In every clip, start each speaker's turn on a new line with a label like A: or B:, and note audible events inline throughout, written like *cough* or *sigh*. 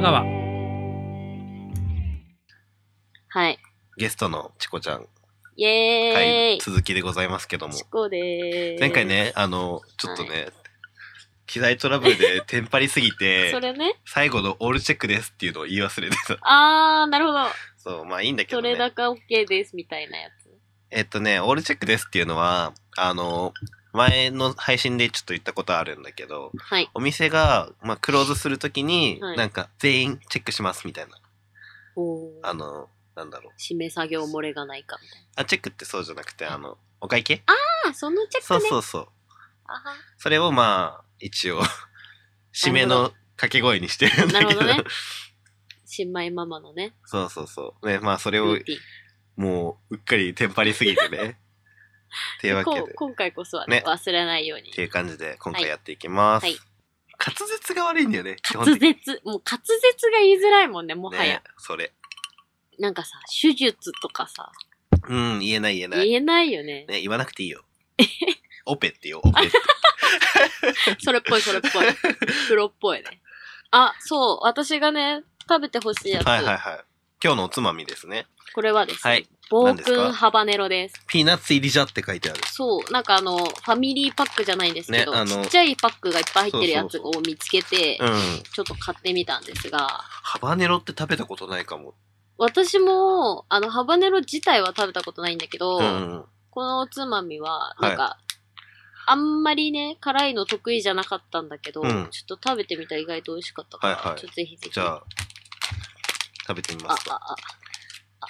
A: 川。
B: はい。
C: ゲストのチコちゃん、
B: イェー
C: 回
B: イ
C: 続きでございますけども
B: チ。コでーす。
C: 前回。ね、あの、ちょっとね、機材トラブル *laughs* でテンパりすぎ
B: そ
C: て、
B: れね。
C: 最後のオールチェックですっていうのを言い忘れてた。
B: あー、なるほど。
C: *laughs* そう、まあいいんだけ
B: そ
C: ど
B: れ
C: ね。
B: だけ OK です、みたいなやつ。
C: えっとね、オールチェックですっていうのは、あの、前の配信でちょっと言ったことあるんだけど、
B: はい。
C: お店が、まあ、クローズするときに、
B: はい
C: なんか、全員チェックしますみたいな。
B: おー
C: あの、なんだろう。
B: 締め作業漏れがないか、みたい
C: あ、チェックってそうじゃなくて、あの、お会計
B: な。あー、そのチェック
C: そ
B: ね。
C: うそうそう。
B: あは
C: それをまあ、一
B: *laughs*
C: 応、締めの掛け声にしてるんだ
B: な
C: け
B: るほ
C: ど。
B: どね。新米ママのね。
C: *laughs* そうそうそう。ね、まあ、それ
B: ル
C: を
B: ー、ティン
C: もう、うっかりテンパりすぎて *laughs* ね。っていうわけ
B: こう
C: で。っ
B: 今回こそはね
C: ね
B: 忘れないように。
C: ていう感じで、今回やっていきます。
B: はい
C: 滑舌が悪いんだよね。基
B: 滑
C: 本的に
B: 舌。もう滑舌が言いづらいもんね、もはや
C: ね。、それ。
B: なんかさ、手術とかさ、
C: うん、言えない言えない。
B: 言えないよね。
C: ね、言わなくてい
B: *laughs*
C: いよ。オペってよ、オペって。
B: それっぽい、それっ
C: *laughs*
B: ぽい。黒っぽいね。あ、そう、私がね、食べてほしいやつ。
C: はいはいはい。今日のおつまみですね。
B: これはですね、
C: はい
B: 暴
C: 何です
B: 君
C: か
B: ハバネロです。
C: ピーナッツ入りじゃって書いてある。
B: そう、なんかあの、ファミリーパックじゃないんですけど、
C: ねあ
B: ち
C: の
B: っちゃいパックがいっぱい入ってるやつ
C: そ
B: を見つけて、
C: うん。
B: ちょっと買ってみたんですが、
C: ハバネロって食べたことないかも。
B: 私も、あの、ハバネロ自体は食べたことないんだけど、
C: うん。
B: このおつまみは、
C: い
B: なんか、あんまりね、辛いの得意じゃなかったんだけど、
C: うん
B: ちょっと食べてみたら意外と美味しかったから、
C: はいはい
B: ちょっとぜひぜひ。
C: じゃあ、食べてみ
B: あ、あ
C: ま、すか。
B: あ、あ、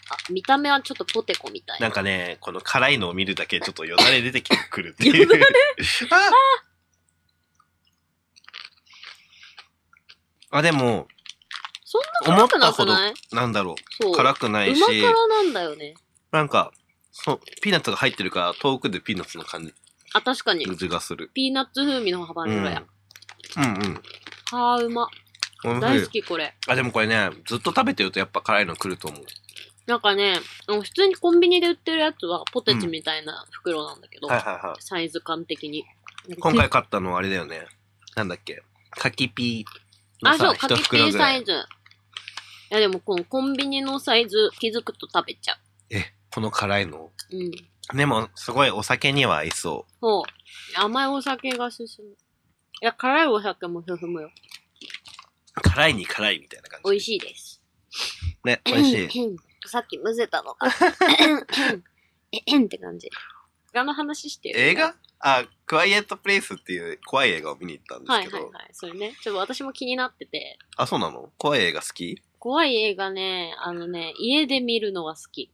B: あ、見た目はちょっとポテコみたい
C: な
B: な。
C: んかね、この辛いのを見るだけちょっとよだれ出てきてくるってい
B: よ
C: う
B: だ。
C: ああ、でも、
B: そんな辛くなくない
C: なんだろ
B: そう
C: う、。辛くないうし
B: ま、辛なんだよね。
C: なんか、そう、ピーナッツが入ってるから、遠くでピーナッツの感
B: あ、確かに。
C: じがする。
B: ピーナッツ風味のハバ
C: うん。う
B: ネ
C: ん
B: ロ
C: う
B: や。
C: ん。
B: はあ、うま。
C: おいしい
B: 大好き、これ。
C: あ、でもこれね、ずっと食べてるとやっぱ辛いの来ると思う。
B: なんかね、あの普通にコンビニで売ってるやつはポテチみたいな袋なんだけど、
C: はいはいはい。
B: サイズ感的に。
C: 今回買ったのはあれだよね。なんだっけ。柿ピーの
B: あ、
C: さ
B: そう、か
C: 一
B: きピー
C: 袋ぐら
B: サ
C: い
B: イ。ズ。いや、でも、このコンビニのサイズ、気づくと食べちゃ
C: え、この辛いの。
B: う。うん。
C: でも、すごいお酒には合いそ
B: そう。甘いお酒が進む。いや、辛いお酒も進むよ。
C: う。辛いに辛いみたいな感じ。
B: 美味しいです。
C: ね、美
B: *laughs*
C: 味しい。
B: さっきむせたの
C: *laughs*
B: が。えへんって感じ。映画の話してよ
C: 映画あ、クワイエットプレイスっていう怖い映画を見に行ったんです
B: はい
C: けど。
B: はいはい。それね。ちょっと私も気になってて。
C: あ、そうなの怖い映画好き
B: 怖い映画ね、あのね、家で見るのが好き。い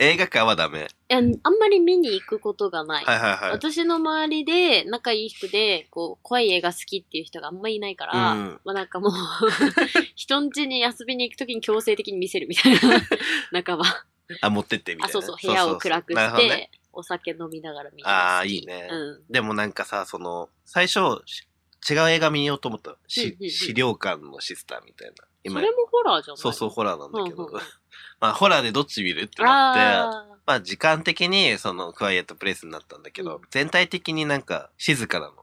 C: 映画館はダメ。
B: や、あんまり見に行くことがない。
C: はいはいはい。
B: 私の周りで仲いい人で、こう、怖い映画好きっていう人があんまりいないから、
C: うん
B: まあなんかもう、 *laughs* 人ん家に遊びに行くときに強制的に見せるみ
C: *laughs*
B: たいな仲間。
C: あ、持ってってみたい
B: あ、
C: な。
B: そうそう、部屋を暗く
C: なる
B: し
C: ほどね
B: て、お酒飲みながら見るのが好き
C: あーいいね
B: うん。
C: でもなんかさ、その、最初、し違う映画見ようと思ったの。
B: うんう
C: し
B: んうん
C: 資料館のシスターみたいな。
B: それもホラーじゃない
C: そうそう、ホラーなんだけ
B: う
C: ど
B: んうんうん。
C: まあ、ホラーでどっち見るってなって、
B: あ
C: まあ、時間的に、その、クワイエットプレイスになったんだけ
B: う
C: ど
B: ん、
C: 全体的になんか、静かなの。
B: ー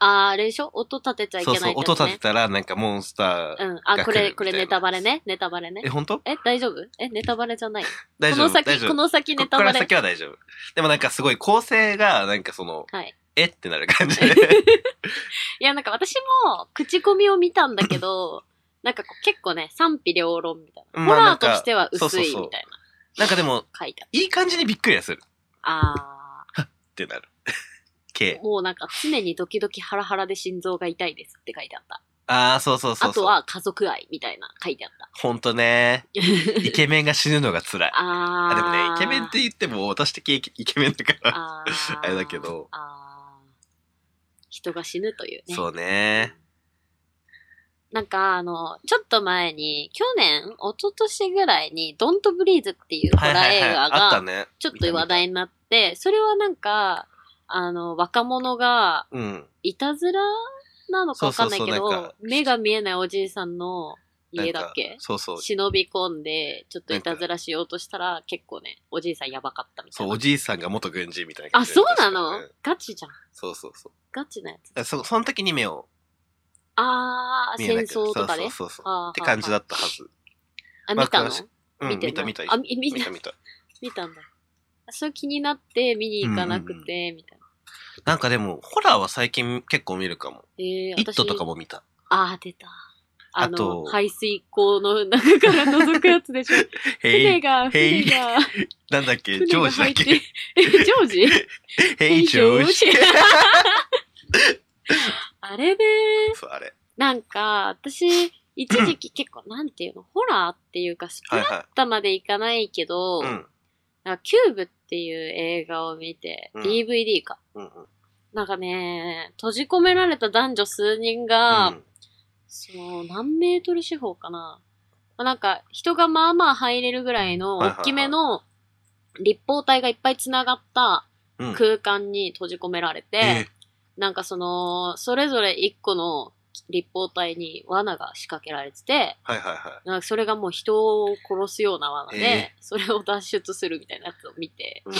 B: あー、あれでしょ音立てちゃいけ
C: そ
B: な
C: う
B: い
C: そう、
B: って
C: 音
B: やつね
C: 立てたら、なんかモンスター。
B: うん。あ、こ
C: が来
B: れ、
C: る
B: これ
C: みたいな
B: ネタバレね。ネタバレね
C: え、。本当
B: え、大丈夫え、ネタバレじゃない
C: 大
B: こ
C: 丈
B: の
C: 夫大
B: 先、
C: 丈
B: こ
C: 夫。こ
B: の先ネ
C: こ
B: タ
C: か
B: バ
C: ら
B: レ
C: 先。は大丈夫。でもなんかすごい構成が、なんかその、
B: はい。
C: えってなる感じで。
B: *laughs* いや、なんか私も、口コミを見たんだけ
C: *laughs*
B: ど、なんかこう結構ね、賛否両論みたいな。ホ
C: まあ
B: ラ
C: な
B: ー
C: んか
B: としては薄
C: そう
B: い
C: そうそう
B: みたい
C: なんかでも、
B: な書いてある。
C: いい感じにびっくりはする。
B: あ
C: ってなる。系
B: ー、。もうなんか常にドキドキハラハラで心臓が痛いですって書いてあった。
C: ああ、そうそうそうそ
B: あと、
C: う。
B: は家族愛みたいな書いてあっ
C: *laughs*
B: た。
C: ほんとね、イケメンが死ぬのが辛い。
B: あー。
C: あ、でもね、イケメンって言っても、私的イケイケメンだから。
B: あ
C: あれだけど。
B: あー人が死ぬというね。
C: そうね。
B: なんかあの、ちょっと前に、去年、一昨年ぐらいに、ドントブリーズっていうホラー映画
C: あった
B: が、
C: ね。
B: ちょっと話題になって、それはなんか、あの、若者が、
C: うん。
B: いたずらなのかわかんないけ
C: そうそうそうなん
B: ど
C: か、
B: 目が見えないおじいさんの家だっ
C: なん
B: け
C: かそうそう。
B: 忍び込んで、ちょっといたずらしようとしたら、結構ね、おじいさんやばかったみた
C: そ、
B: いうな
C: お。じいさんが元軍人みたいな感
B: あ、
C: じで
B: そうなの
C: うん
B: ガチじゃん。
C: そうそうそう。
B: ガチなやつ。
C: だからそ、その時に目を
B: あー、
C: 見え
B: 戦
C: なく
B: 争とかで、
C: そう
B: ね、
C: そうそうそう。
B: あー
C: って感じだ
B: は
C: ったはず。
B: い
C: ま
B: はいあ、見
C: あ
B: たの
C: 詳しくうん、
B: 見て
C: 見た
B: る
C: 見た。
B: あ、み見
C: 見
B: た
C: た、見た。
B: 見たんだ。それ気になって見に行かなくて、みたいな。
C: なんかでも、ホラーは最近結構見るかも。
B: えー、
C: イットとかも見た。
B: ああ、出た。あの、
C: あと
B: 排水溝の中から覗くやつ
C: *laughs*
B: でしょ。
C: へ
B: 船
C: い、
B: が、
C: へ
B: 船
C: い
B: が、
C: なんだっけ、ジ
B: 船
C: ョー
B: が
C: ジだ
B: 入
C: っ
B: って。
C: け。
B: え、ジョージ
C: *laughs* へい、ジョージ。
B: あれね、
C: *laughs* そう、あれ。
B: なんか、私、一
C: *laughs*
B: 時期結構、なんていうの、ホラーっていうか、スプ
C: はい
B: ラッ
C: は
B: タまでいかないけど、
C: い。うん。
B: なんかキューブっていう映画を見て、
C: うん
B: DVD か。
C: うんうん。
B: なんかね、閉じ込められた男女数人が、
C: うん
B: その、何メートル四方かな。まあなんか、人がまあまあ入れるぐらいの、
C: はいはいはい
B: 大きめの、立方体がいっぱい繋がった
C: うん。
B: 空間に閉じ込められて、
C: え
B: なんかその、それぞれ一個の立方体に罠が仕掛けられてて、
C: はいはいは
B: なんかそれがもう人を殺すような罠で、
C: え
B: それを脱出するみたいなやつを見て、
C: い。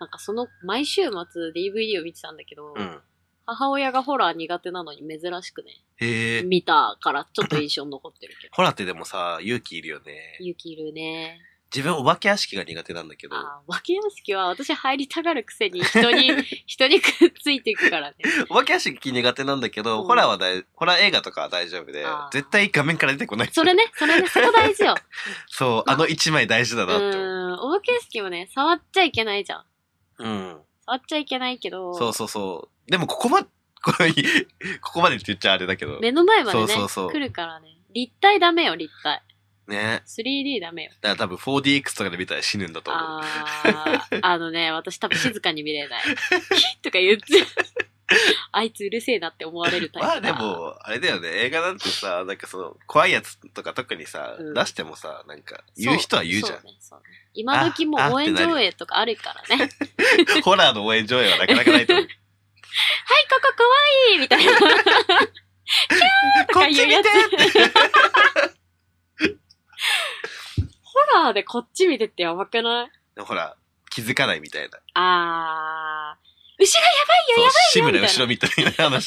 B: なんかその、毎週末 DVD を見てたんだけど、
C: うん。うん。
B: 母親がホラー苦手なのに珍しくね、
C: へえ。
B: 見たからちょっと印象に残ってる
C: *laughs*
B: けど。
C: ホラーってでもさ、勇気いるよね。
B: 勇気いるね。
C: 自分、お化け屋敷が苦手なんだけど、
B: ああ、分け屋敷は私入りたがるくせに人
C: *laughs*
B: に、人にくっついていくからね。
C: お化け屋敷苦手なんだけど、
B: うん
C: ホラーは大、ホラー映画とかは大丈夫で
B: あー、
C: 絶対画面から出てこない。
B: それね、それね、そこ大事よ。
C: *laughs* そう、あの一枚大事だ
B: う
C: なって思う。
B: ーん、お化け屋敷もね、触っちゃいけないじゃん。
C: うん。
B: 触っちゃいけないけど、
C: そうそうそう。でも、ここま、 *laughs* このここまでって言っちゃあれだけど。
B: 目の前までね
C: そうそうそう
B: 来るからね。立体ダメよ、立体。
C: ね。
B: 3D ダメよ。
C: だから多分 4DX とかで見たら死ぬんだと思う。
B: あ
C: *laughs*
B: ー、あのね、私多分静かに見れない。キッとか言っちゃう。 *laughs* あいつうるせえなって思われるタイプ
C: まあで
B: だ。
C: も、あれだよね、映画なんてさ、なんかその、怖いやつとか特にさ、
B: うん
C: 出してもさ、なんか、
B: そう、
C: 言う人は言うじゃ
B: そうね、そうね。今時も
C: あ
B: う応援
C: あってなる
B: 上映とかあるからね。
C: ん。 *laughs* ホラーの応援上映はなかなかないと思
B: *laughs* は
C: う。
B: い、ここ怖いみたいな。 *laughs*
C: こっち見て
B: ホラーでこっち見てってやばくない
C: でもほら、気づかないみたいな。
B: あー。後ろや
C: そう、志
B: ばいよ
C: 村後ろみたいな話。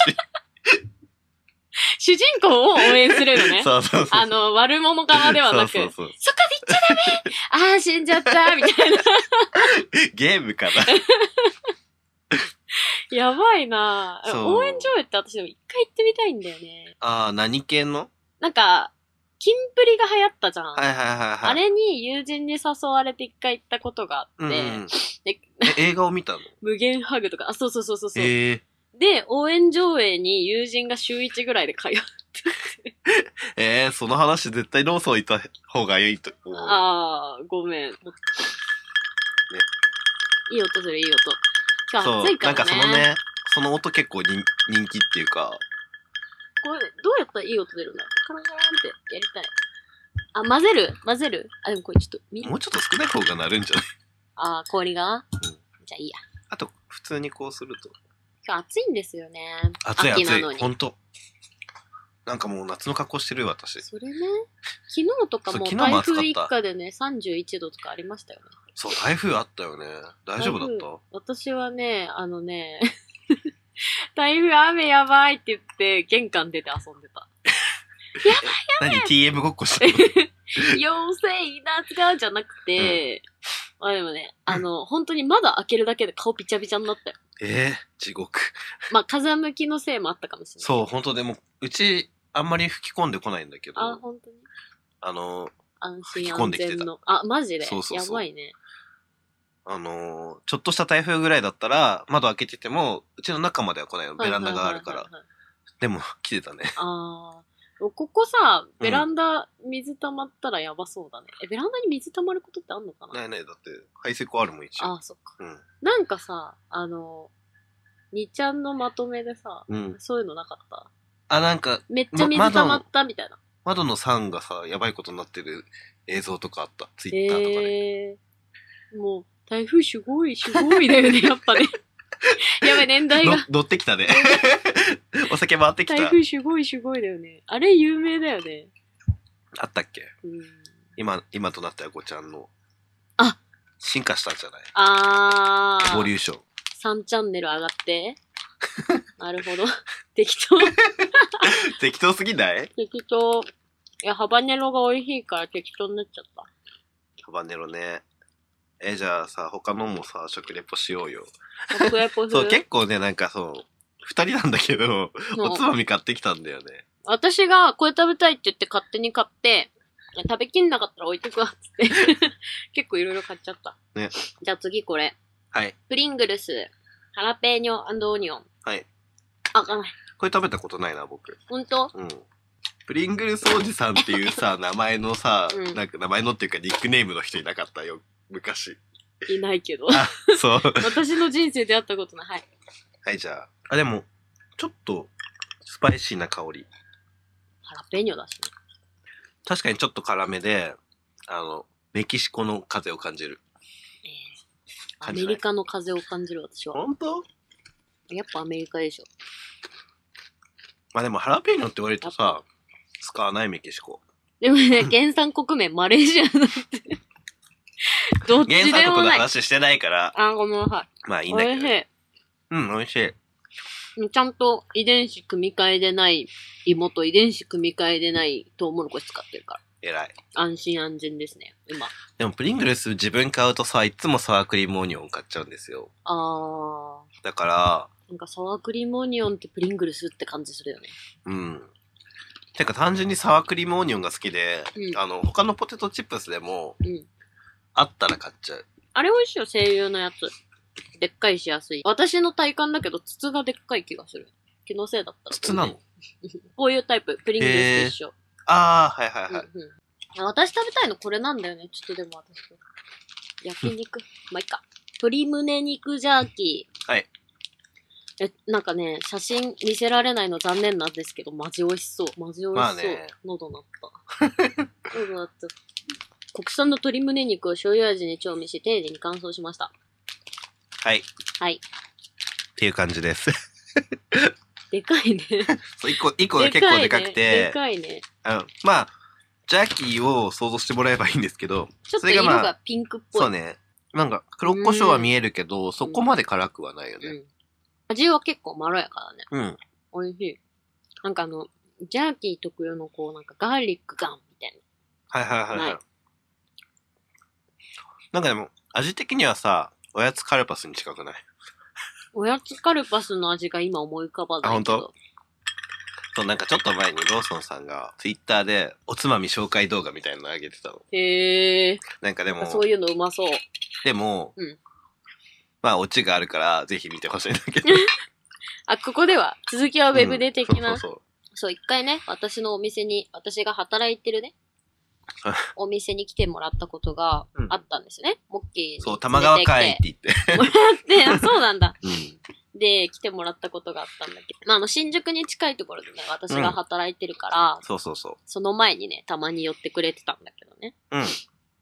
B: 主人公を応援するのね。
C: *laughs* そうそうそう。
B: あの、悪者側ではなく、そ
C: そう
B: こ
C: そうそう。
B: で行っちゃダメあー、死んじゃったみたいな。 *laughs*
C: ゲームかな。
B: やばいな
C: そう
B: 応援上映って私でも一回行ってみたいんだよね。
C: ああ、何系の
B: なんか、キンプリが流行ったじゃん。
C: はいはいはいはい。
B: あれに友人に誘われて一回行ったことがあ
C: う
B: っ
C: ん
B: て、
C: うん、
B: で
C: え映画を見たの
B: 無限ハグとか、あ、そうそうそうそうそう。
C: えー、
B: で、応援上映に友人が週1ぐらいで通う。
C: えー、その話絶対ローソン行った方がいいと思う。
B: あー、ごめん。いい音する、いい音。今日
C: そう
B: 暑いからね。
C: なんかそのね、その音結構人人気っていうか、
B: これ、どうやったらいい音出るんだろうカランカランってやりたい。あ、混ぜる混ぜるあ、でもこれちょっと、み
C: もうちょっと少ない方がなるんじゃない
B: あー、氷が、じゃあいいや。
C: あと、普通にこうすると。
B: 今日暑いんですよね。
C: 暑い暑
B: 秋ないの。に
C: ほんと。なんかもう夏の格好してるよ、私。
B: それね、昨日とかも
C: そう昨日も
B: 台
C: 暑かった
B: 風一過でね、31度とかありましたよね。
C: そう、台風あったよね。大丈夫だっ
B: 台
C: た
B: 風私はね、あのね、 *laughs* 台風雨やばいって言って、玄関出て遊んでた。
C: 何 ?TM ごっこし
B: *laughs*
C: たの
B: 妖精夏がじゃなくて、まあでもね、あの、本当に窓開けるだけで顔びちゃびちゃになったよ。
C: えー、地獄。
B: まあ風向きのせいもあったかもしれない。
C: そう、ほんとでも、うち、あんまり吹き込んでこないんだけど、
B: あ、
C: あ
B: 本当に
C: の、
B: 安
C: 吹
B: 心
C: き込ん
B: 安
C: できてた
B: 全の。あ、マジで
C: そうそうそう
B: やばいね。
C: あのーちょっとした台風ぐらいだったら、窓開けてても、うちの中までは来ないの。ベランダがあるか
B: は
C: ら
B: いはいはい。はいはい
C: でも、来てた
B: *laughs*
C: ね。
B: あーここさ、ベランダ水溜まったらやばそうだね。え、ベランダに水溜まることってあんのかな
C: ないない、だって、排水口あるもん、一応。
B: あー、そっか。
C: うん。
B: なんかさ、あの、2ちゃんのまとめでさ、
C: うん。
B: そういうのなかった
C: あ、なんか、
B: めっちゃ水
C: ま
B: 溜まったみたいな。
C: 窓のンがさ、やばいことになってる映像とかあった。ツイッターとかで。
B: えー、もう、台風すごい、すごいだ
C: *laughs*
B: よね、やっぱね。やばい、年代
C: の
B: が。
C: 乗ってきたね。
B: *laughs*
C: お酒回ってき
B: 台
C: た。
B: 風すごい、すごいだよね。あれ、有名だよね。
C: あったっけ
B: うん、
C: 今、今となってはごちゃんの。
B: あ
C: 進化したんじゃない
B: あ
C: エボリ
B: ー、
C: ューション。
B: *laughs* 3チャンネル上がって。なるほど。適当。
C: 適当すぎない
B: 適当。いや、ハバネロが美味しいから適当になっちゃった。
C: ハバネロね。え、じゃあさ、他のもさ、食レポしようよ。
B: 食レポす
C: そう、
B: る
C: 結構ね、なんかそう、二人なんだけど、お
B: の
C: つまみ買ってきたんだよね。
B: 私がこれ食べたいって言って勝手に買って、食べきんなかったら置いてくわっつって。結構いろいろ買っちゃった。
C: ね
B: じゃあ次これ。
C: はい。
B: プリングルス、ハラペーニョオニオン。
C: はい。
B: あ、かない。
C: これ食べたことないな、僕。
B: ほんと
C: うん。プリングルスおじさんっていう *laughs* さ、名前のさ
B: う、ん
C: なんか名前のっていうかニックネームの人いなかったよ、 *laughs* 昔。
B: いないけど。
C: そう。
B: 私の人生で会ったことない。はい。
C: はい、じゃあ。あ、でも、ちょっと、スパイシーな香り。
B: ハラペーニョだしね。
C: 確かにちょっと辛めで、あの、メキシコの風を感じる。
B: えーアメリカの風を感じる私は。
C: 本当
B: やっぱアメリカでしょ。
C: まあでも、ハラペーニョって割とさ、使わないメキシコ。
B: でもね、原産国名マレーシアなんて。どっ
C: 原
B: ちで
C: 産
B: も
C: 国の
B: ない。
C: 話してないから、
B: あ、ごめんなさ
C: まあいい
B: い。
C: んだ
B: お
C: け
B: い
C: ど
B: し。い。
C: うん、美味しい。
B: ちゃんと遺伝子組み換えでない芋と遺伝子組み換えでないトウモロコシ使ってるか
C: 偉い。
B: ら。安心安全ですね、今。
C: でも、プリングルス自分買うとさ、いつもサワークリームオニオン買っちゃうんですよ。
B: あ
C: だから、
B: ー。なんかサワークリームオニオンってプリングルスって感じするよね。
C: うん。てか単純にサワークリームオニオンが好きで、
B: うん
C: あの、他のポテトチップスでも、
B: うん。
C: あったら買っちゃう。
B: あれ美味しいよ、声優のやつ。でっかいしやすい。私の体感だけど、筒がでっかい気がする。気のせいだったら。
C: 筒なの
B: こういうタイプ、プリングルスと一緒。
C: ああ、はいはいはい。
B: うんうん、私食べたいのこれなんだよね。ちょっとでも私。焼肉。まあ、いっか。鶏胸肉ジャーキー。
C: はい。
B: え、なんかね、写真見せられないの残念なんですけど、マジ美味しそう。マジ美味しそう。
C: まあね
B: 喉なった。喉なった。国産の鶏胸肉を醤油味に調味し、丁寧に乾燥しました。
C: はい。っ
B: はい。
C: ていう感じです。 *laughs*
B: でかいね。
C: そう、一個、一個が結構でかく
B: で
C: て、
B: かいね。でかいね。
C: うん。まあ、ジャーキーを想像してもらえばいいんですけど、
B: ちょっ
C: そ
B: と
C: れ
B: 色
C: がまあ
B: がピンクっぽい。
C: そうね。なんか、黒胡椒は見えるけど、そこまで辛くはないよ
B: う
C: ね。
B: ん。味は結構まろやかだね。
C: うん。
B: 美味しい。なんかあの、ジャーキー特有のこう、なんかガーリックガンみたい
C: はいはいはいはい。
B: はい
C: なんかでも、味的にはさ、おやつカルパスに近くない
B: な。おやつカルパスの味が今思い浮かばないけ
C: あ
B: ど。
C: そう、なんかちょっと前にローソンさんが、ツイッターで、おつまみ紹介動画みたいなの上げてたの。
B: へえ。
C: なんかでも、
B: そういうのうまそう。
C: でも、
B: うん
C: まあ、オチがあるから、ぜひ見てほしいんだけど。
B: *laughs* あ、ここでは、続きはウェブで的な。
C: うん
B: そう、
C: そうそう
B: 一回ね、私のお店に、私が働いてるね
C: あ、
B: お店に来てもらったことが
C: うん
B: あったんですよね。モッキーに連れてきて。
C: そう。そう、玉川会って言って。
B: で、あそうなんだ。
C: うん。
B: で、来てもらったことがあったんだけど。まあ、あの、新宿に近いところでね、私が働いてるから、
C: そうそうそう。
B: その前にね、たまに寄ってくれてたんだけどね。
C: うん。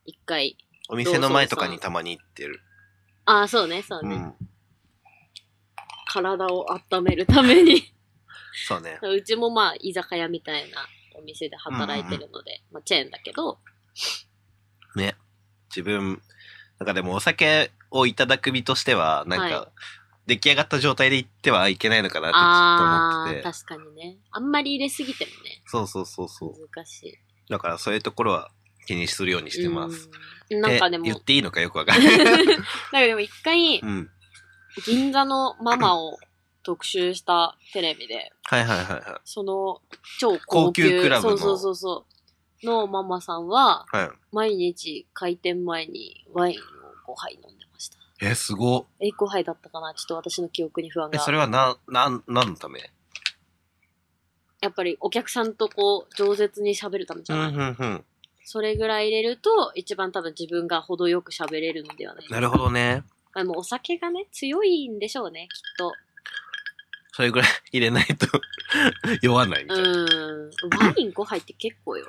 B: 一回。
C: お店の前とかにたまに行ってる。
B: ああ、そうね、そう
C: う
B: ね。
C: ん。
B: 体を温めるために。 *laughs*
C: そうね。
B: うちもまあ、居酒屋みたいなお店で働いてるので、まあ、チェーンだけど、
C: ね。自分、なんかでもお酒をいただく身としては、なん
B: は
C: か、出来上がった状態で行ってはいけないのかな
B: あ
C: ってちょっと思って
B: あ、
C: て。
B: 確かにね。あんまり入れすぎてもね、
C: そうそうそうそう。
B: 難しい。
C: だからそういうところは気にするようにしてます。
B: うん。なんかでも、
C: え
B: な
C: 言
B: ん
C: っ
B: か
C: ていいのかよくわかんな
B: *laughs*
C: い。
B: でも一回
C: う、ん。
B: 銀座のママを特集したテレビで、
C: はいはいはいは
B: その超高級
C: 高級クラブの
B: そうそうそうそう。のママさんは、
C: い。はい。
B: 毎日開店前にワインを5杯飲んでました。
C: え、すごっ。
B: え、5杯だったかなちょっと私の記憶に不安
C: え、
B: が
C: そ。れはな、なん、何のため
B: やっぱりお客さんとこう、饒舌に喋るためじ
C: う
B: ゃ
C: ん、う
B: ない、
C: ん、うん。
B: それぐらい入れると、一番多分自分が程よく喋れるのではない
C: なるほどね。
B: あもうお酒がね、強いんでしょうね、きっと。
C: それぐらい入れないと *laughs* 酔わないみ
B: う
C: たいな。
B: ーん。ワイン5杯って結構よ。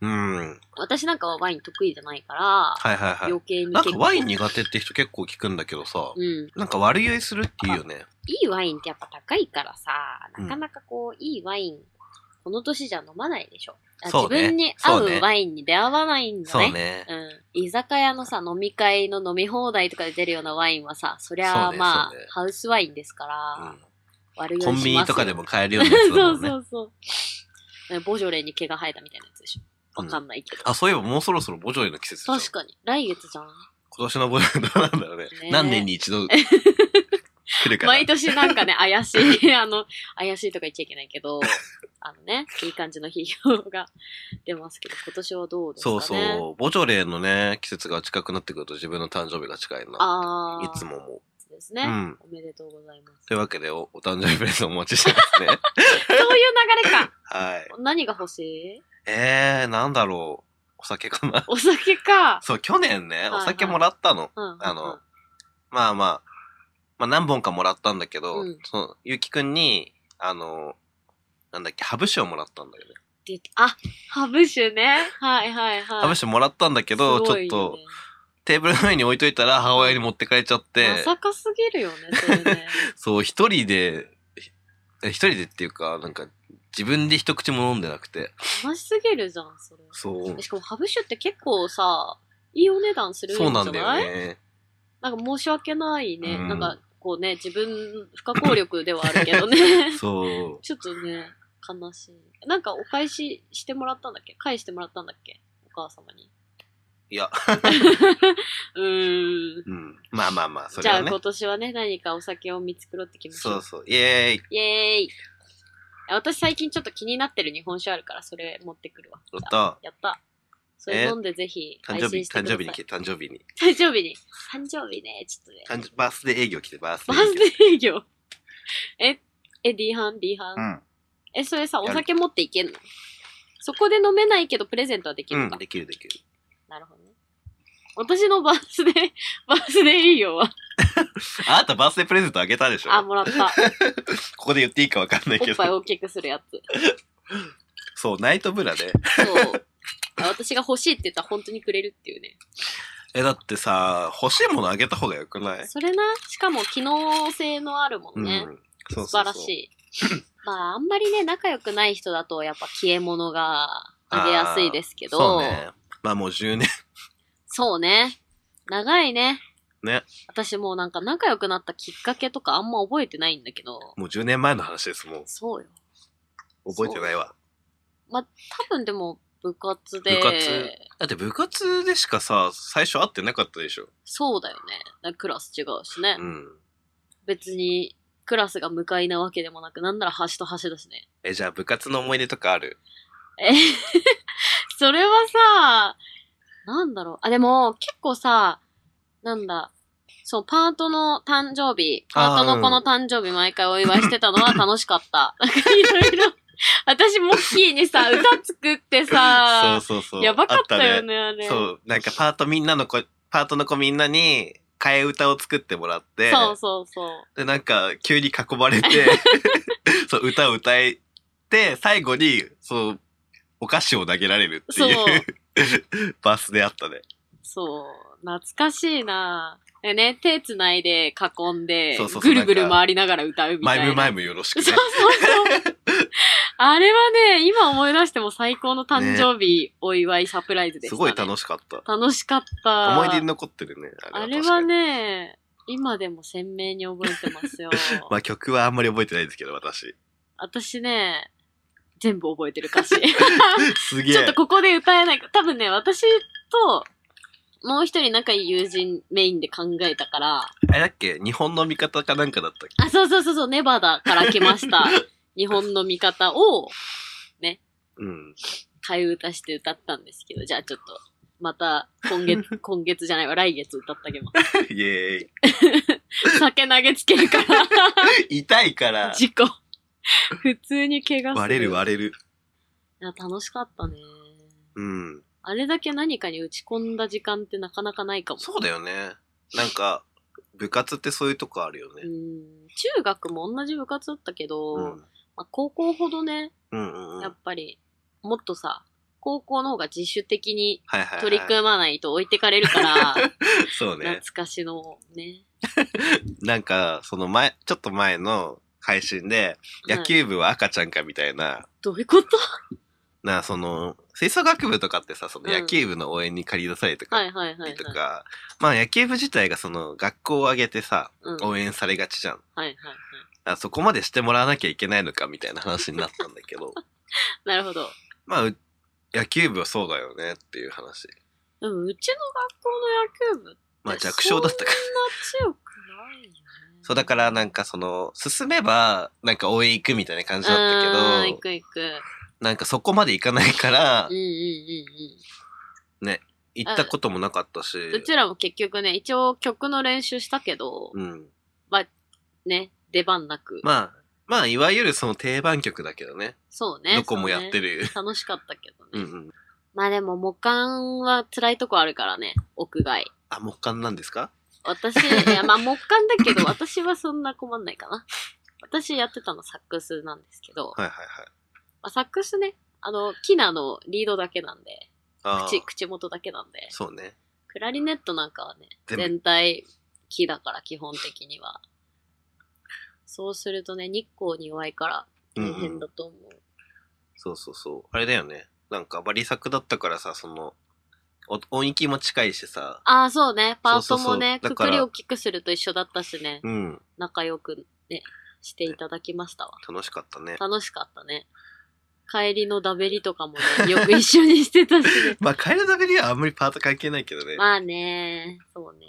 C: うん。はい
B: 私なんかはワイン得意じゃないから、
C: はいはい
B: 余。計に
C: なん
B: 結構。
C: かワイン苦手って人結構聞くんだけどさ、
B: うん。
C: なんか悪酔いするっていうよね。
B: いいワインってやっぱ高いからさ、
C: うん
B: なかなかこう、いいワイン、この年じゃ飲まないでしょ。あ
C: そ
B: 自
C: うね
B: 分に合
C: そうね
B: うワインに出会わないんだ
C: そう
B: ね。
C: ね。
B: うん。居酒屋のさ、飲み会の飲み放題とかで出るようなワインはさ、そりゃ
C: そ
B: あ
C: うね
B: まあ、
C: そうね
B: ハウスワインですから、
C: うん
B: 悪
C: コ
B: 酔い
C: ン
B: し
C: ビ
B: ますよ
C: ニとかでも買えるようなやつだ
B: *laughs* そ
C: も
B: うん
C: ね。
B: そうそう。ボジョレーに毛が生えたみたいなやつでしょ。わかんないけど。
C: あ、そういえばもうそろそろボジョレの季節でしょ
B: 確かに。来月じゃん。
C: 今年のボジョレどうなんだろうね。
B: ね
C: 何年に一度来るかな
B: 毎。年なん
C: *laughs*
B: かね、怪しい、 *laughs* あの、怪しいとか言っちゃいけないけど、あのね、いい感じの費用が出ますけど、今年はどうですか
C: そ
B: ね。
C: うそう。ボジョレーのね、季節が近くなってくると自分の誕生日が近いな。
B: ああ。
C: いつもも
B: です
C: う。
B: ね、
C: うん。
B: おめでとうございます。
C: というわけでお、お誕生日プレゼントお持ちしてま
B: *laughs*
C: すね。
B: そういう流れか。 *laughs*
C: はい。
B: 何が欲しい
C: えー、なんだろう。お酒かな
B: お酒か。
C: そう、去年ね、
B: はい
C: お酒もらったの。
B: うんうんうん
C: あの、まあまあ、まあ何本かもらったんだけど、
B: うん
C: その、ゆうきくんに、あの、なんだっけ、ハブ酒をもらったんだよね。
B: であ、ハブ酒ね。はいはいはい。
C: ハブ酒もらったんだけど、
B: す
C: ち
B: ご
C: ょっ
B: い
C: と
B: ね、
C: テーブルの上に置いといたら母親に持って帰っちゃって、
B: まさかすぎるよね、それね。
C: そう、一人で、ひえ一人でっていうか、なんか、自分で一口も飲んでなくて。
B: 悲しすぎるじゃん、それ。
C: *laughs* そう。
B: しかもハブ酒って結構さ、いいお値段するんじ
C: そ
B: ゃ
C: う
B: な
C: ないん
B: な
C: だよね。
B: んか申し訳ないね。
C: うん。
B: なんかこうね、自分不可抗力ではあるけどね
C: *laughs* そう。
B: ちょっとね、悲しい。なんかお返ししてもらったんだっけ返してもらったんだっけお母様に。
C: いや、
B: *laughs* うーん。
C: うん。まあまあまあ、そ
B: じ
C: れ
B: ゃあ
C: はね
B: 今。年はね、何かお酒を見繕ってきましょう。
C: そうそう。イエーイ。
B: イエーイ。あ私最近ちょっと気になってる日本酒あるから、それ持ってくるわ。
C: やった。
B: やった。それ飲んでぜひ、
C: 誕生日、
B: 配信して
C: 誕
B: くださ
C: 生
B: い
C: 日に来て、誕生日に。
B: *laughs* 誕生日に。誕生日ね、ちょっとね。
C: 誕生バースデー営業来て、バースデ
B: バー
C: ー営業。
B: スデー営業。え、え、D 班 ?D 班、
C: うん。
B: え、それさ、
C: や
B: お
C: る
B: 酒持っていけんのそこで飲めないけどプレゼントはできる
C: う
B: の
C: ん、
B: か、
C: できるできる。
B: なるほどね。私のバースデー、 *laughs* バースデー営業は、
C: あなたバースデープレゼントあげたでしょ
B: あ、もらった。
C: ここで言っていいかわかんない
B: お
C: け
B: っぱい
C: ど。
B: 大きくするやつ。
C: そう、ナイトブラで。
B: そう。あ私が欲しいって言ったら本当にくれるっていうね。
C: え、だってさ、欲しいものあげた方がよくない
B: それな、しかも機能性のあるも
C: うん
B: ね。
C: ん。そうそうそう
B: 素晴らしい。
C: *laughs*
B: まあ、あんまりね、仲良くない人だと、やっぱ消え物があげやすいですけど、
C: そうね。まあもう10年。 *laughs*
B: そうね。長いね。
C: ね。
B: 私もうなんか仲良くなったきっかけとかあんま覚えてないんだけど、
C: もう10年前の話です、も
B: そうよ。
C: う。覚えてないわ。
B: 多分でも部活で、
C: 部活だって部活でしかさ、最初会ってなかったでしょ。
B: そうだよね。だからクラス違うしね。
C: うん。
B: 別にクラスが向かいなわけでもなく、なんなら端と端だしね。
C: え、じゃあ部活の思い出とかある
B: え *laughs* ーそれはさ、なんだろう。あ、でも、結構さ、なんだ、そう、パートの誕生日、パートの子の誕生日毎回お祝いしてたのは楽しかった。なんかいろいろ、私、モッキーにさ、歌作って
C: そう
B: さ、
C: そうそう。
B: やばかった
C: あ
B: よね、あれ。
C: そう、なんかパートみんなの子、パートの子みんなに、替え歌を作ってもらって、
B: そうそうそう。
C: で、なんか、急に囲まれて、
B: *laughs*
C: そう、歌を歌えて、最後に、そう、お菓子を投げられるっていう
B: そう
C: バスであったね。
B: そう。懐かしいなでね、手繋いで囲んで
C: そうそう、そう
B: ぐるぐ
C: な
B: る
C: んか
B: 回りながら歌うみた
C: マ
B: いな。
C: イムマイムよろしく
B: そう
C: ね
B: そう。そう。あれはね、今思い出しても最高の誕生日お祝いサプライズでした、
C: す
B: ね
C: ごい楽
B: し
C: しかった。
B: 楽しかった。
C: 思い出に残ってるね。
B: あ
C: あれ
B: れ
C: は確
B: は
C: かに。
B: ね、今でも鮮明に覚えてますよ。
C: *laughs* まあ曲はあんまり覚えてないですけど、私。
B: 私ね、全部覚えてる歌詞。
C: すげえ。
B: ちょっとここで歌えないか。多分ね、私と、もう一人仲いい友人メインで考えたから、
C: あれだっけ日本の味方かなんかだったっけ
B: あ、そうそうそうそう、ネバダから来ま
C: *laughs*
B: した。日本の味方を
C: うん。
B: 替え歌して歌ったんですけど、じゃあちょっと、また、今
C: *laughs*
B: 月、今月じゃないわ、来月歌ったけど、
C: イエ
B: *laughs*
C: ー
B: 酒投げつけるか、
C: *laughs* イ。痛いからら、
B: 事故。普通に怪我する。
C: 割れる割れる。
B: いや、楽しかったね。
C: うん。
B: あれだけ何かに打ち込んだ時間ってなかなかないかも。
C: そうだよね。なんか、部活ってそういうとこあるよね
B: う。ん、中学も同じ部活だったけど、
C: うん。
B: まあ、高校ほどね、
C: うんうんうん。
B: やっぱり、もっとさ、高校の方が自主的に
C: はいはいはい。
B: 取り組まないと置いてかれるから、
C: そう *laughs* ね
B: 懐。かしのね。
C: なんか、その前、ちょっと前の配信で、野
B: はい
C: 球部は赤ちゃんかみたいな、
B: どういうこと
C: な、その、吹奏楽部とかってさ、その
B: うん
C: 野球部の応援に借り出されとか、
B: はいはいはい、はい。
C: とか、まあ野球部自体がその学校を挙げてさ、
B: うん、はい
C: 応援されがちじゃん。
B: はいはい。
C: あそこまでしてもらわなきゃいけないのかみたいな話になったんだけど、
B: *laughs* なるほど。
C: まあ、う野球部はそうだよねっていう話。
B: でも、うちの学校の野球部って、
C: まあ弱小だったから。
B: そんな強くないよね。
C: そうだからなんかその、進めば、なんか応援行くみたいな感じだった
B: うん
C: け
B: 行
C: ど、
B: く行く。
C: なんかそこまで行かないから
B: うん、うんうん
C: 行ったこともなかったし、
B: うん。うちらも結局ね、一応曲の練習したけど、
C: うん。
B: ね、出番なく。
C: まあ、まあ、いわゆるその定番曲だけどね。
B: そうね。
C: どこもやって
B: る。
C: る。
B: 楽しかったけどね。
C: うんうん。
B: まあでも、木管は辛いとこあるからね、屋外。
C: あ、木管なんですか
B: 私、い
C: *laughs*
B: や、まあ木管だけど、私はそんな困んないかな。私やってたのサックスなんですけど、
C: はいはいはい。
B: まあ、サックスね、あの、キナのリードだけなんで、
C: ああ
B: 口、口元だけなんで、
C: そうね。
B: クラリネットなんかはね、
C: 全部
B: 全体木だから、基本的には。そうするとね、日光に弱いから、
C: うんう
B: 大
C: ん
B: 変だと思う。
C: そうそうそう。あれだよね。なんか、バリ作だったからさ、その、お音域も近いしさ、
B: ああ、そうね、パートもね、
C: そうそうそうだ
B: く
C: から
B: くりをきくすると一緒だったしね、
C: うん、
B: 仲良くね、していただきましたわ。
C: 楽しかったね。、
B: 楽しかったね。帰りのダベリとかもね、よく一緒にしてたし、ね
C: まあ、カエルダベリはあんまりパート関係ないけどね。
B: まあね、そうね。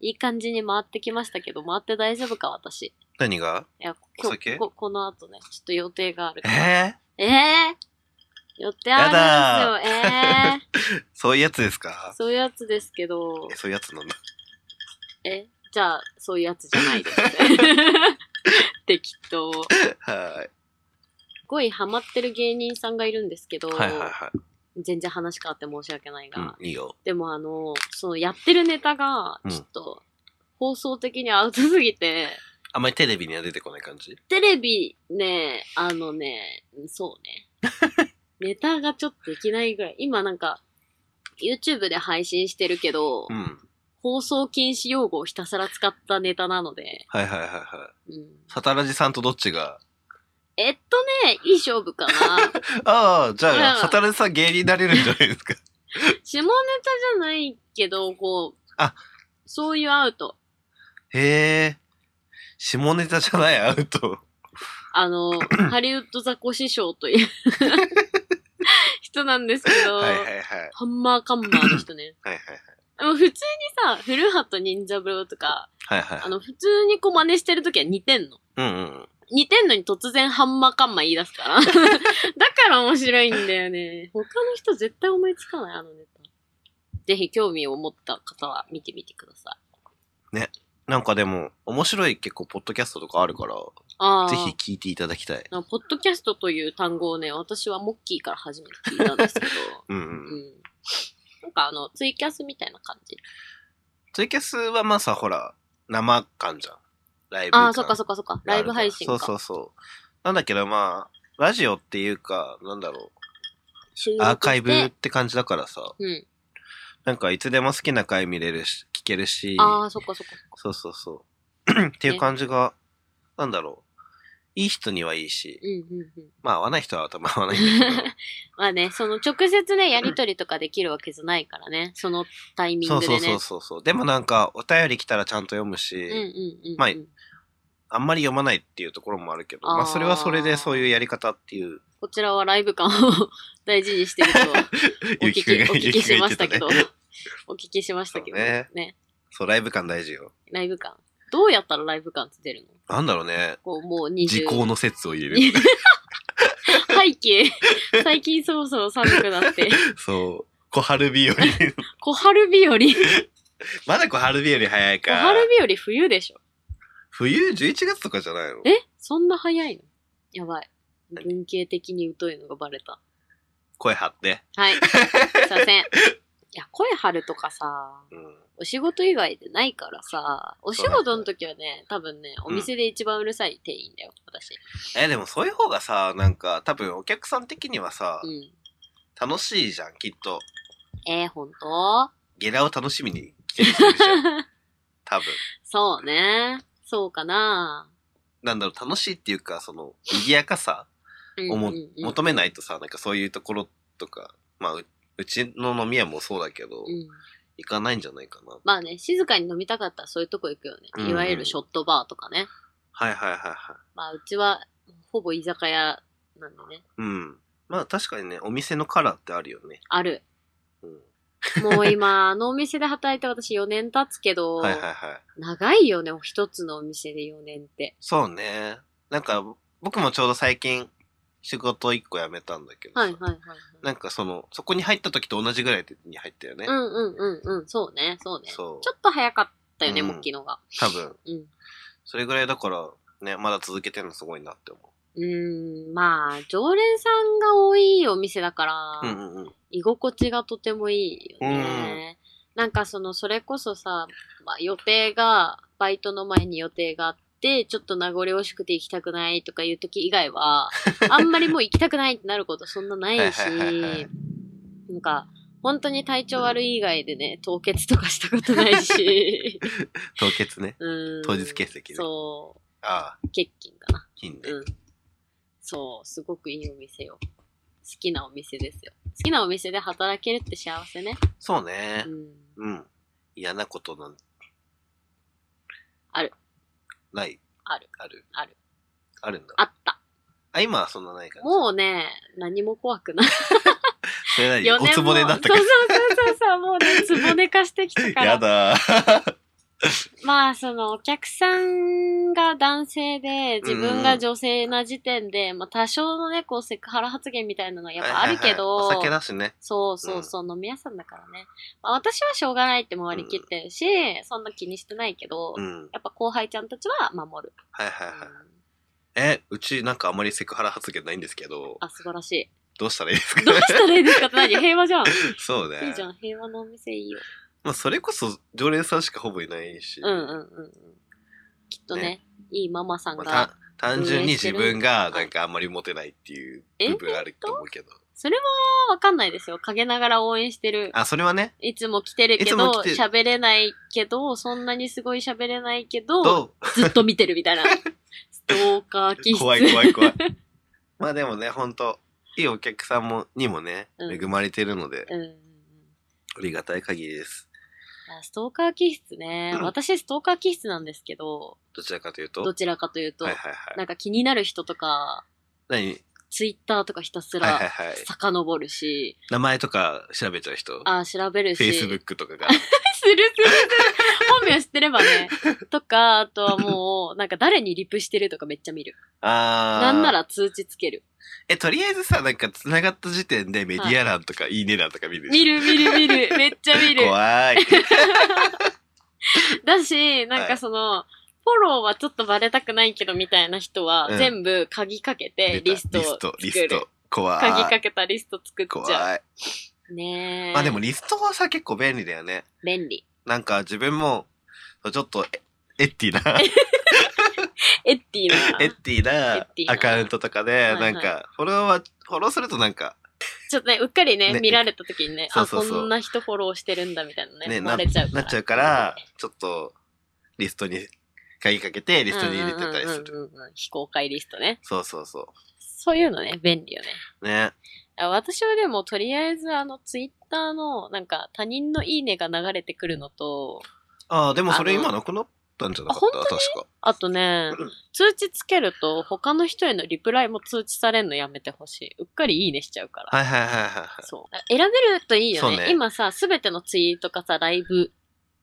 B: いい感じに回ってきましたけど、回って大丈夫か、私。い
C: 何が
B: や、
C: お
B: 今日、
C: 酒
B: ここの後ね、ちょっと予定があるか
C: え
B: ら。
C: え
B: ええー、予定あるんですよ、ええ
C: ー、そういうやつですか
B: ー。そういうやつですけど
C: え、そういうやつなんだ。 *laughs*
B: え、じゃあ、そういうやつじゃないです。
C: *laughs*
B: 適当。す
C: はい。
B: ごいハマってる芸人さんがいるんですけど、
C: はいはいはい。
B: 全然話変わって申し訳ないが、
C: うん、いいよ。
B: でもあの、そのやってるネタが
C: う、ん
B: ちょっと、放送的にアウトすぎて、
C: あんまりテレビには出てこない感じ
B: テレビね、あのね、そうね。
C: *laughs*
B: ネタがちょっとできないぐらい。今なんか、YouTube で配信してるけど、
C: うん。
B: 放送禁止用語をひたすら使ったネタなので、
C: はいはいはいはい。 *laughs*
B: うん、
C: サタラジさんとどっちが
B: えっとね、いい勝負か
C: *laughs*
B: な。
C: ああ、じゃあ、
B: うん
C: サタラジさん芸人になれるんじゃないですか。
B: 下ネタじゃないけど、こう、
C: あ
B: そういうアウト。
C: *laughs* へえ。下ネタじゃない、アウト。
B: あ
C: *laughs*
B: の、ハリウッドザコ師匠という人なんですけど、
C: はいはいはい。はいはい
B: ハンマーカンマーの人ね。
C: はい。
B: でも普通にさ、古畑任三郎とか、
C: はいはい
B: あ。の、普通にこう真似してるときは似てんの。
C: うんうん。
B: 似てんのに突然ハンマーカンマー言い出すから。だ *laughs* から面白いんだよね。他の人絶対思いつかない、あのネタ。ぜひ興味を持った方は見てみてください。
C: なんかでも、面白い結構、ポッドキャストとかあるから、
B: ああ。
C: ぜひ聞いていただきたい。
B: なんかポッドキャストという単語をね、私はモッキーから初めて聞いたんですけど、
C: *laughs* うん
B: う
C: うん。
B: ん。なんかあの、ツイキャスみたいな感じ。
C: ツイキャスはまあさ、ほら、生感じゃん。ライブ感。
B: ああ、そっかそっかそっか。ライブ配信か。
C: そうそうそう。なんだけどまあ、ラジオっていうか、なんだろ
B: 収録し
C: う、
B: て
C: アーカイブって感じだからさ、
B: うん。
C: なんかいつでも好きな回見れるし、聞けるし、
B: ああ、そっかそっかそっか。
C: そうそうそう。 *clears throat* っていう感じが、なんだろう、いい人にはいいし
B: う、んうんうん。
C: まあ合わない人は多分合わない
B: *laughs*
C: んだけど、
B: まあね、その直接ね、やりとりとかできるわけじゃないからね。そのタイミン
C: そ
B: グ
C: う
B: で
C: そ
B: ね。
C: うそうそうそう。でもなんか、お便り来たらちゃんと読むし、
B: うんうんうんうん。
C: まああんまり読まないっていうところもあるけど、ま
B: あー
C: あそれはそれでそういうやり方っていう、
B: こちらはライブ感を *laughs* 大事にしてるとはお聞
C: *laughs* ゆうき
B: き、
C: くんが
B: お聞きしましたけど *laughs*
C: ゆうきくんが言ってたね。
B: お聞きしましたけど
C: そうね
B: ね。
C: そう、ライブ感大事よ。
B: ライブ感。どうやったらライブ感って出るの
C: なんだろうね、
B: こう、もう
C: 時効
B: 20。
C: の説を入れる。
B: *laughs* 背景、最近そろそろ寒くな
C: *laughs*
B: って、
C: そう。小
B: *laughs*
C: 春日和。
B: 小春日和。小
C: まだ小春日和早いか。
B: 春日和冬でしょ。
C: 冬11月とかじゃないの
B: えそんな早いのやばい。文系的に疎いのがバレた。
C: 声張って。
B: はい。すいません。いや、声張るとかさ、
C: うん。
B: お仕事以外でないからさ、お仕事の時はね、多分ね、お店で一番うるさい店員だよ、私。
C: え、でもそういう方がさ、なんか、多分お客さん的にはさ、
B: うん。
C: 楽しいじゃん、きっと。
B: えー、ほんと
C: ゲラを楽しみに来てる人いるじゃん。
B: *laughs*
C: 多分。
B: そうね。そうかな。
C: なんだろう、楽しいっていうか、その、賑やかさ
B: うん
C: をも
B: うんうん
C: 求めないとさ、なんかそういうところとか、まあう、うちの飲み屋もそうだけ
B: う
C: ど、
B: ん。
C: 行かないんじゃないかな。
B: まあね、静かに飲みたかったらそういうとこ行くよ
C: う
B: ね。
C: ん
B: いわゆるショットバーとかね。
C: はいはいはいはい。
B: まあ、うちは、ほぼ居酒屋なんでね。
C: うん。まあ確かにね、お店のカラーってあるよね。
B: ある。
C: うん。
B: もう今、あのお店で働いて私4年経つけど、
C: はいはいはい。
B: 長いよね、一つのお店で4年って。
C: そうね。なんか、僕もちょうど最近、仕事一個辞めたんだけどさ、
B: はいはいはいはい。
C: なんかその、そこに入った時と同じぐらいに入ったよね。
B: うんうんうんうん、そうね、そうね。ちょ
C: そう。
B: っと早かったよね、
C: うん
B: モッキーのが。
C: 多分、
B: うん。
C: それぐらいだから、ね、まだ続けてるのすごいなって思
B: うーん、まあ、常連さんが多いお店だから、
C: う。うんうんうん。
B: 居心地がとてもいいよね。なんかその、それこそさ、まあ、予定が、バイトの前に予定があって、ちょっと名残惜しくて行きたくないとかいう時以外
C: *laughs*
B: は、あんまりもう行きたくないってなることそんなないし
C: はいはいはいはい、
B: なんか、本当に体調悪い以外でね、凍結とかしたことない
C: *laughs*
B: し、
C: 凍結ね。
B: うん
C: 当日欠席ね
B: そ
C: ああ、
B: う、欠勤かな。
C: 金ね。
B: うん。そう、すごくいいお店よ。好きなお店ですよ。好きなお店で働けるって幸せね。
C: そうね
B: う。ん。
C: うん。嫌なことなん
B: ある。
C: ない。
B: ある。
C: ある。
B: ある。
C: あるんだ。
B: あった。
C: あ、今はそんなないから。
B: もうね、何も怖くない。
C: それ何
B: 4
C: おつぼねだったか。
B: そうそうそうそうそう、もうね、つぼね化してきたから
C: や
B: ら。
C: だー。
B: まあ、その、お客さんが男性で、自分が女性な時点で、まあ、多少のね、こう、セクハラ発言みたいなのはやっぱあるけど、
C: はいはいはいお酒だしね。
B: そうそうそう、飲み屋さんだからね。まあ、私はしょうがないっても割り切ってるし、そんな気にしてないけど、
C: うん。
B: やっぱ後輩ちゃんたちは守る。
C: はいはいはい。
B: うん
C: え、うちなんかあまりセクハラ発言ないんですけど、
B: あ、素晴らしい。
C: どうしたらいいですか
B: どうしたらいいですかって何平和じゃん。い
C: そうね。
B: いじゃん、平和のお店いいよ。
C: まあ、それこそ常連さんしかほぼいないし、
B: うんうんうんうん。きっとね、
C: ね
B: いいママさん
C: まあ
B: が、
C: た単純に自分がなんかあんまりモテないっていう
B: え
C: 部分あると思うけど。
B: それはわかんないですよ。陰ながら応援してる。
C: あ、それはね、
B: いつも来てるけ
C: いつ
B: ど、
C: も来てる
B: 喋れないけど、そんなにすごい喋れないけど、
C: ど
B: ずっと見てるみ
C: *laughs*
B: たいな。ストーカー気
C: う
B: 質。
C: 怖い怖
B: *laughs*
C: い怖い。まあでもね、ほんと、いいお客さんもにもね、
B: うん
C: 恵まれてるので、
B: うんうんうん。
C: ありがたい限りです。
B: あストーカー気質ね。
C: うん
B: 私、ストーカー気質なんですけど、
C: どちらかというと、
B: どちらかというと、
C: はいはいはい。
B: なんか気になる人とか、
C: 何
B: ツイッターとかひたす
C: はいはい
B: ら
C: はい。
B: 遡るし、
C: 名前とか調べちゃう人、
B: あー調べるし、
C: Facebook と
B: *laughs*
C: かが。
B: するするする。本名知ってればね。とか、あとはもう、なんか誰にリプしてるとかめっちゃ見る。
C: あー
B: なんなら通知つける。
C: え、とりあえずさ、なんか繋がった時点でメディア欄とかいいね欄とか見るでしょ
B: 見る見る見る。めっちゃ見る。
C: 怖い。
B: だし、なんかその、フォローはちょっとバレたくないけどみたいな人は、
C: うん
B: 全部鍵かけてリストを
C: リス
B: 作
C: ト
B: る、。
C: リスト。怖い。
B: 鍵かけたリスト作っちゃ
C: 怖い。
B: う。ねえ。
C: まあでもリストはさ、結構便利だよね。
B: 便利。
C: なんか自分も、ちょっとエ、エッティな、
B: *laughs* エッティな
C: エ。ッティ
B: エッ
C: な
B: ティな
C: アカウントとか
B: い
C: で、
B: は
C: ないんか、フォロワー、フォローするとなんか、
B: ちょっとね、うっかりね、
C: ね
B: 見られた時にね、
C: そうそうそう
B: あ、こんな人フォローしてるんだみたいなね、
C: ね、
B: 思わ
C: な
B: れちゃうから。
C: なっちゃうから、ちょっと、リストに、鍵かけて、リストに入れてたりす
B: うん
C: る。
B: うんうんうん非公開リストね。
C: そうそうそ
B: そういうのね、便利よね。
C: う。ね。
B: あ私はでも、とりあえず、あの、ツイッターの、なんか、他人のいいねが流れてくるのと、
C: ああ、でもそれ
B: あの
C: 今なくなったんじゃなかった
B: あ
C: 確か。
B: あとね、通知つけると、他の人へのリプライも通知されるのやめてほしい。うっかりいいねしちゃうから。
C: はいはいはいはいはい。
B: そう。選べるといいよね。
C: そうね
B: 今さ、すべてのツイートかさ、ライブ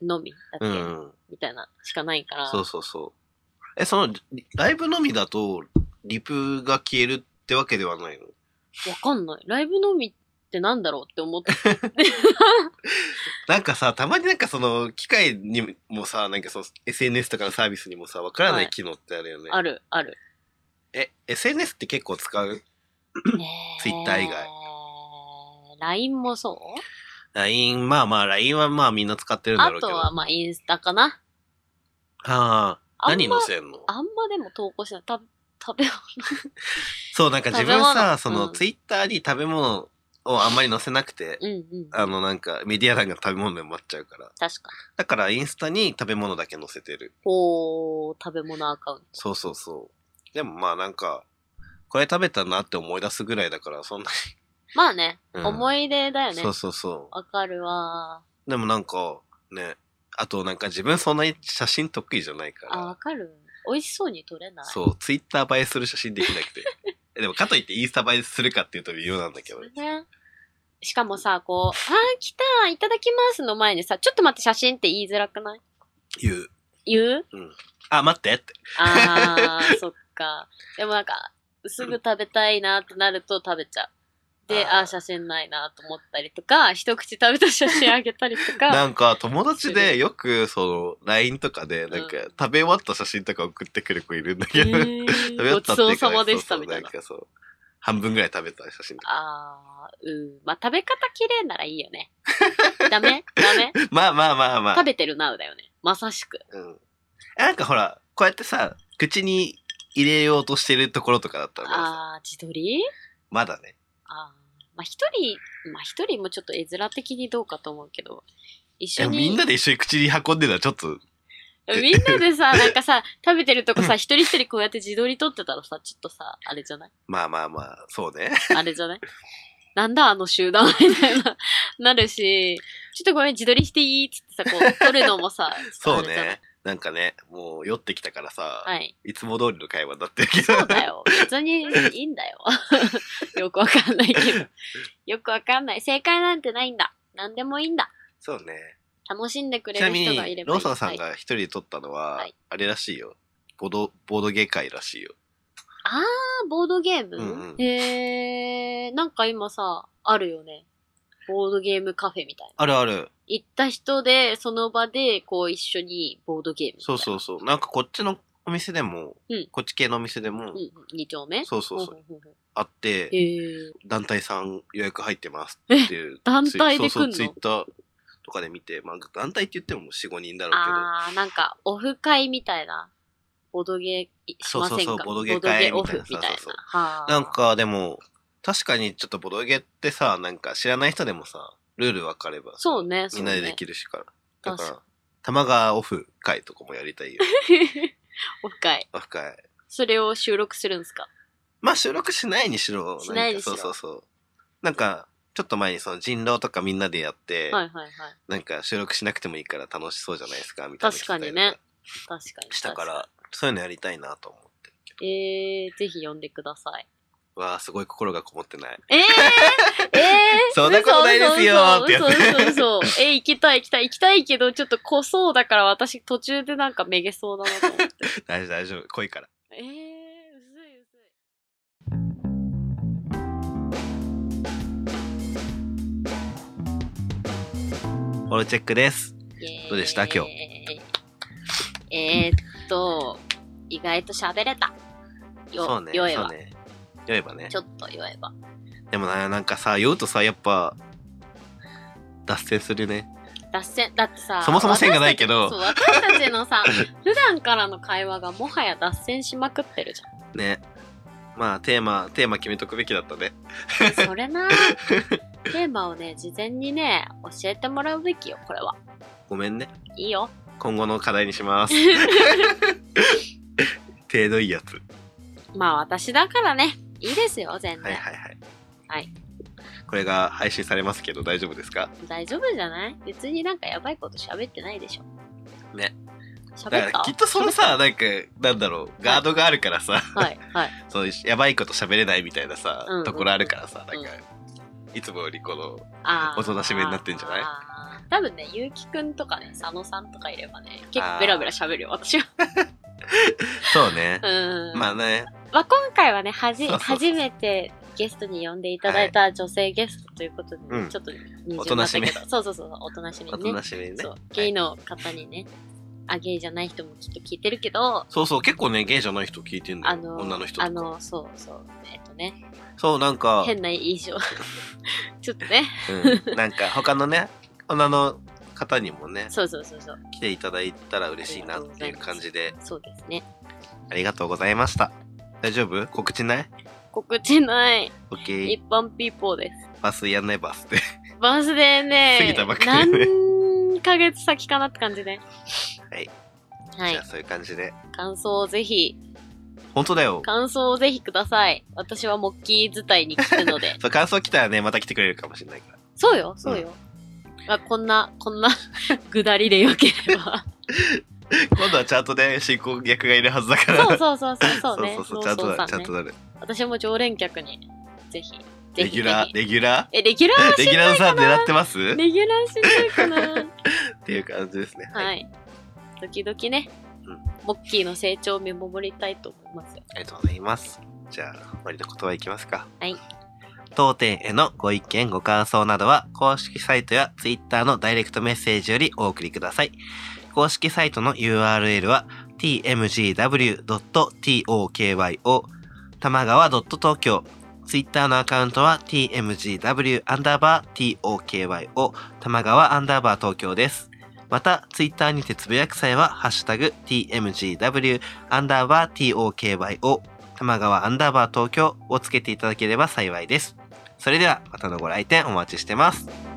B: のみだっけ、
C: うん。
B: みたいな、しかないから。
C: そうそうそう。え、その、リライブのみだと、リプが消えるってわけではないの
B: わかんない。ライブのみってなんだろうって思って。
C: なんかさ、たまになんかその、機械にもさ、なんかその、SNS とかのサービスにもさ、わからな
B: はい
C: い機能ってあるよね。
B: ある、ある。
C: え、SNS って結構使う
B: ねえ
C: Twitter 以外。
B: LINE もそう
C: ?LINE、まあまあ、LINE はまあみんな使ってるんだ
B: あ
C: ろうけ
B: と
C: ど。
B: は、まあ、インスタかな。
C: ああ、
B: あんま
C: 何載せんの
B: あんまでも投稿しない。た *laughs* 食べ物。
C: そう、なんか自分
B: 食べ物
C: さ、その、
B: うん
C: ツイッターに食べ物をあんまり載せなくて、
B: うんうん。
C: あの、なんか、メディア欄が食べ物で埋まっちゃうから。
B: 確かに。
C: だから、インスタに食べ物だけ載せてる。
B: おー、食べ物アカウント。
C: そうそうそう。でもまあなんか、これ食べたなって思い出すぐらいだから、そんな
B: まあね、
C: うん
B: 思い出だよね
C: そう。そうそ
B: わかるわ
C: う。でもなんか、ね、あとなんか自分そんなに写真得意じゃないか
B: ー。あ、
C: ら、
B: わかる。美味しそうに撮れない。
C: そう、ツイッター映えする写真できなくて。 *laughs* えでもかといってインスタ映えするかっていうと微妙なんだけど。
B: ね。しかもさ、こう、あー来たいただきますの前にさ、ちょっと待って写真って言いづらくない
C: 言う。
B: 言う
C: あ、待ってって。
B: あー、そっか。でもなんか、すぐ食べたいなってなると食べちゃう。で、あ
C: あー
B: ー、写真ないなと思ったりとか、一口食べた写真あげたりと
C: な
B: か、
C: んか友達でよくその LINE とかでなんか
B: うん
C: 食べ終わった写真とか送ってくる子いるんだ
B: え
C: けど、食べ終
B: ー
C: わ
B: ご
C: っ
B: ち
C: た
B: そう
C: か
B: さまでしたみたいな
C: そう。そうなんかそう半分ぐらい食べた写真とか
B: あー、うん。まあ、食べ方綺麗ならいいよね。ダメダ
C: *laughs*
B: メ
C: まあまあまあまあ
B: 食べてるなうだよね。まさしく。
C: うん、なんかほらこうやってさ口に入れようとしてるところとかだったらまださ
B: あー、自撮り
C: まだね
B: あーまあ一人、まあ一人もちょっと絵面的にどうかと思うけど、一緒
C: いや
B: に、
C: みんなで一緒に口に運んでるのはちょっと
B: みんなで
C: *laughs*
B: さ、なんかさ、食べてるとこさ、一人一人こうやって自撮り撮ってたらさ、ちょっとさ、あれじゃない
C: まあまあまあそう
B: *laughs*
C: ね
B: あれじゃないなんだあの集団みたいな、 *laughs* なるし、ちょっとごめん、自撮りしていいっつってさ、こう、撮るのもさ、
C: *laughs* そう
B: あれじゃない
C: ね。なんかねもう酔ってきたからさ、
B: はい。
C: い、つも通りの会話になってるけど
B: そうだよ。別にいいんだよ。 *laughs* よくわかんないけど。よくわかんない。正解なんてないんだ。なんでもいいんだ。
C: *laughs* そうね
B: 楽しんでくれ
C: ちな
B: る
C: み
B: 人がいれ
C: に、
B: ばい
C: ロ
B: い。
C: ーソンさん
B: はい
C: が一人で撮ったのは、
B: はい
C: あれらしいよ。ボード、ボードゲ界らしいよ。
B: ボードゲーム、
C: うんうん
B: へえー、なんか今さ、あるよね。ボードゲームカフェみたいな。
C: あるある。
B: 行った人で、その場で、こう一緒にボードゲームみたいな。
C: そうそうそう。なんかこっちのお店でも、
B: うん
C: こっち系のお店でも、
B: うんうん、二丁目
C: そうそうそう、
B: ほほほほ
C: あって、
B: へえー。
C: 団体さん予約入ってますっていう。
B: 団体で
C: そ
B: 来
C: うそ
B: ん
C: う、ツイッ
B: の
C: ターとかで見て、まあ団体って言ってももう4、5人だろう
B: あー、なんか、オフ会みたいな。ボードゲーしませんか
C: そうそうそうボードゲ会
B: ボードゲオフみたい
C: そうそうそう
B: な。
C: けど。なんかでも、確かにちょっとボードゲってさ、なんか知らない人でもさ、ルール分かればさ、
B: そうね、そ
C: み
B: うんね。
C: なでできるしから。だか
B: 確
C: ら、玉川オフ会とかもやり
B: *laughs*
C: たいよ。
B: オフ会。
C: オフ会。
B: それを収録するんですか
C: まあ収録しないにしろ。
B: しないに
C: ん
B: しろ
C: かそうそうそう。なんか、ちょっと前にその人狼とかみんなでやって、
B: はいはいはい。
C: なんか収録しなくてもいいから楽しそうじゃないですか、みたいな。
B: 確かにね。確かに。
C: したから、そういうのやりたいなと思ってるけど。
B: えー、ぜひ呼んでください。
C: うわあすごい心がこもってない。
B: えー、えー、
C: *laughs* そんなことないですよーってやつ
B: そうそうそう。えー、行きたい行きたい行きたいけど、ちょっと濃そうだから私途中でなんかめげそうだなと思って。
C: *laughs* 大丈夫、大丈夫。濃いから。
B: えー、薄い薄い。
C: フォローチェックです。
B: イエーイ
C: *laughs* どうでした今日
B: えー、っと、意外と喋れた。よ、
C: そうね。
B: 酔え
C: そう
B: ば、
C: ね。酔えばね
B: ち。ょっと酔えば。
C: でもな、なんかさ、酔うとさ、やっぱ、脱線するね。
B: 脱線、だってさ、
C: そもそも線がないけど
B: 私たちそう私たちのさ、普段からの会話がもはや脱線しまくってるじ
C: ね。まあ、テーマ、テーマ決めとくべきだったね。 *laughs*
B: ゃん。それな、テーマをね、事前にね、教えてもらうべきよ、これは。
C: ごめんね。
B: いいよ。
C: 今後の課題にし *laughs* ます。程度いいやつ。
B: まあ私だからね、いいですよ、全然。
C: はいはいはい。
B: はい。
C: これが配信されますけど大丈夫ですか
B: 大丈夫じゃない別になんかやばいこと喋ってないでしょ。
C: ね。だ
B: 喋
C: か
B: った
C: らきっとそのさ、なんか、なんだろう、ガードがあるからさ、 *laughs*
B: はい、はい。
C: そうやばいこと喋れないみたいなさ、
B: うん
C: ところあるからさ、なんか、
B: う
C: いつもよりこの、
B: あー
C: おとなしめになってんじゃない
B: あー多分ね、ゆうきくんとかね、佐野さんとかいればね、結構ベラベラ喋るよ、私は。
C: そうね。
B: うん。
C: *laughs* まあね、
B: まあ今回はね、はじ、
C: そうそうそう
B: 初めてゲストに呼んでいただいた女性ゲストということで、ね
C: うん
B: ちょっと二
C: お
B: 重にな
C: とな
B: った
C: し
B: け
C: め
B: ど、そうそうそう、おとなしめ
C: お
B: に
C: と
B: ね。
C: なしめにね。
B: そう
C: はい、
B: ゲイの方にね、あ、ゲイじゃない人もきっと聞いてるけど、
C: そうそう、結構ね、ゲイじゃない人聞いてんだよ。
B: あの、
C: 女の人とか
B: あの、そうそう、えっとね、
C: そう、なんか、
B: 変な印象。 *laughs* ちょっとね、
C: うん、なんか他のね、女の方にもね、
B: そうそうそうそう、
C: 来ていただいたら嬉しいなっていう感じで、
B: そうですね。
C: ありがとうございました。大丈夫告知ない
B: 告知ない、
C: ?OK。
B: 一般ピーポーです。
C: バスやんないバスで。
B: バースデーね。
C: 過ぎたばっかりね
B: 何ヶ月先かなって感じね。
C: はい。
B: は
C: *laughs* じ
B: い
C: ゃあ。そういう感じで。
B: 感想をぜひ、
C: 本当だよ。。
B: 感想をぜひください。私はモッキー伝いに聞くので
C: *laughs* そう、感想来たらね、また来てくれるかもしれな
B: *laughs*
C: いから。
B: そうよ、そうよ。あこんな、こんな、 *laughs* ぐだりでよけれ
C: *laughs*
B: ば。
C: 今度はちゃんとね、進行役がいるはずだから。
B: そうそうそうそう、そうね。
C: そうそうそうちゃんと
B: ローソ
C: な
B: ン
C: る、ち
B: さ
C: ゃ
B: ん
C: ん
B: ね
C: となる。
B: 私も常連客に、ぜひ。
C: レ
B: ぜひ
C: ギュラ
B: ぜ
C: ー、
B: ひ
C: レギュラ
B: え、レギュラ
C: ー
B: ー
C: レギュラーさん狙ってますっ
B: レギュラーしないかな
C: ていう感じですね。はい。
B: はい。時々ね
C: うん、
B: モッキーの成長を見守りたいと思いますよ。
C: ありがとうございます。じゃあ、終わりの言葉いきますか。
B: はい。
C: 当店へのご意見、ご感想などは、公式サイトや Twitter のダイレクトメッセージよりお送りください。公式サイトの URL は、tmgw.tokyo、玉川 .tokyo、Twitter のアカウントは、tmgw アンダーバー tokyo、玉川アンダーバー東京です。また、Twitter にてつぶやく際は、ハッシュタグ、tmgw アンダーバー TOKYO、玉川アンダーバー東京をつけていただければ幸いです。それでは、またのご来店お待ちしてます。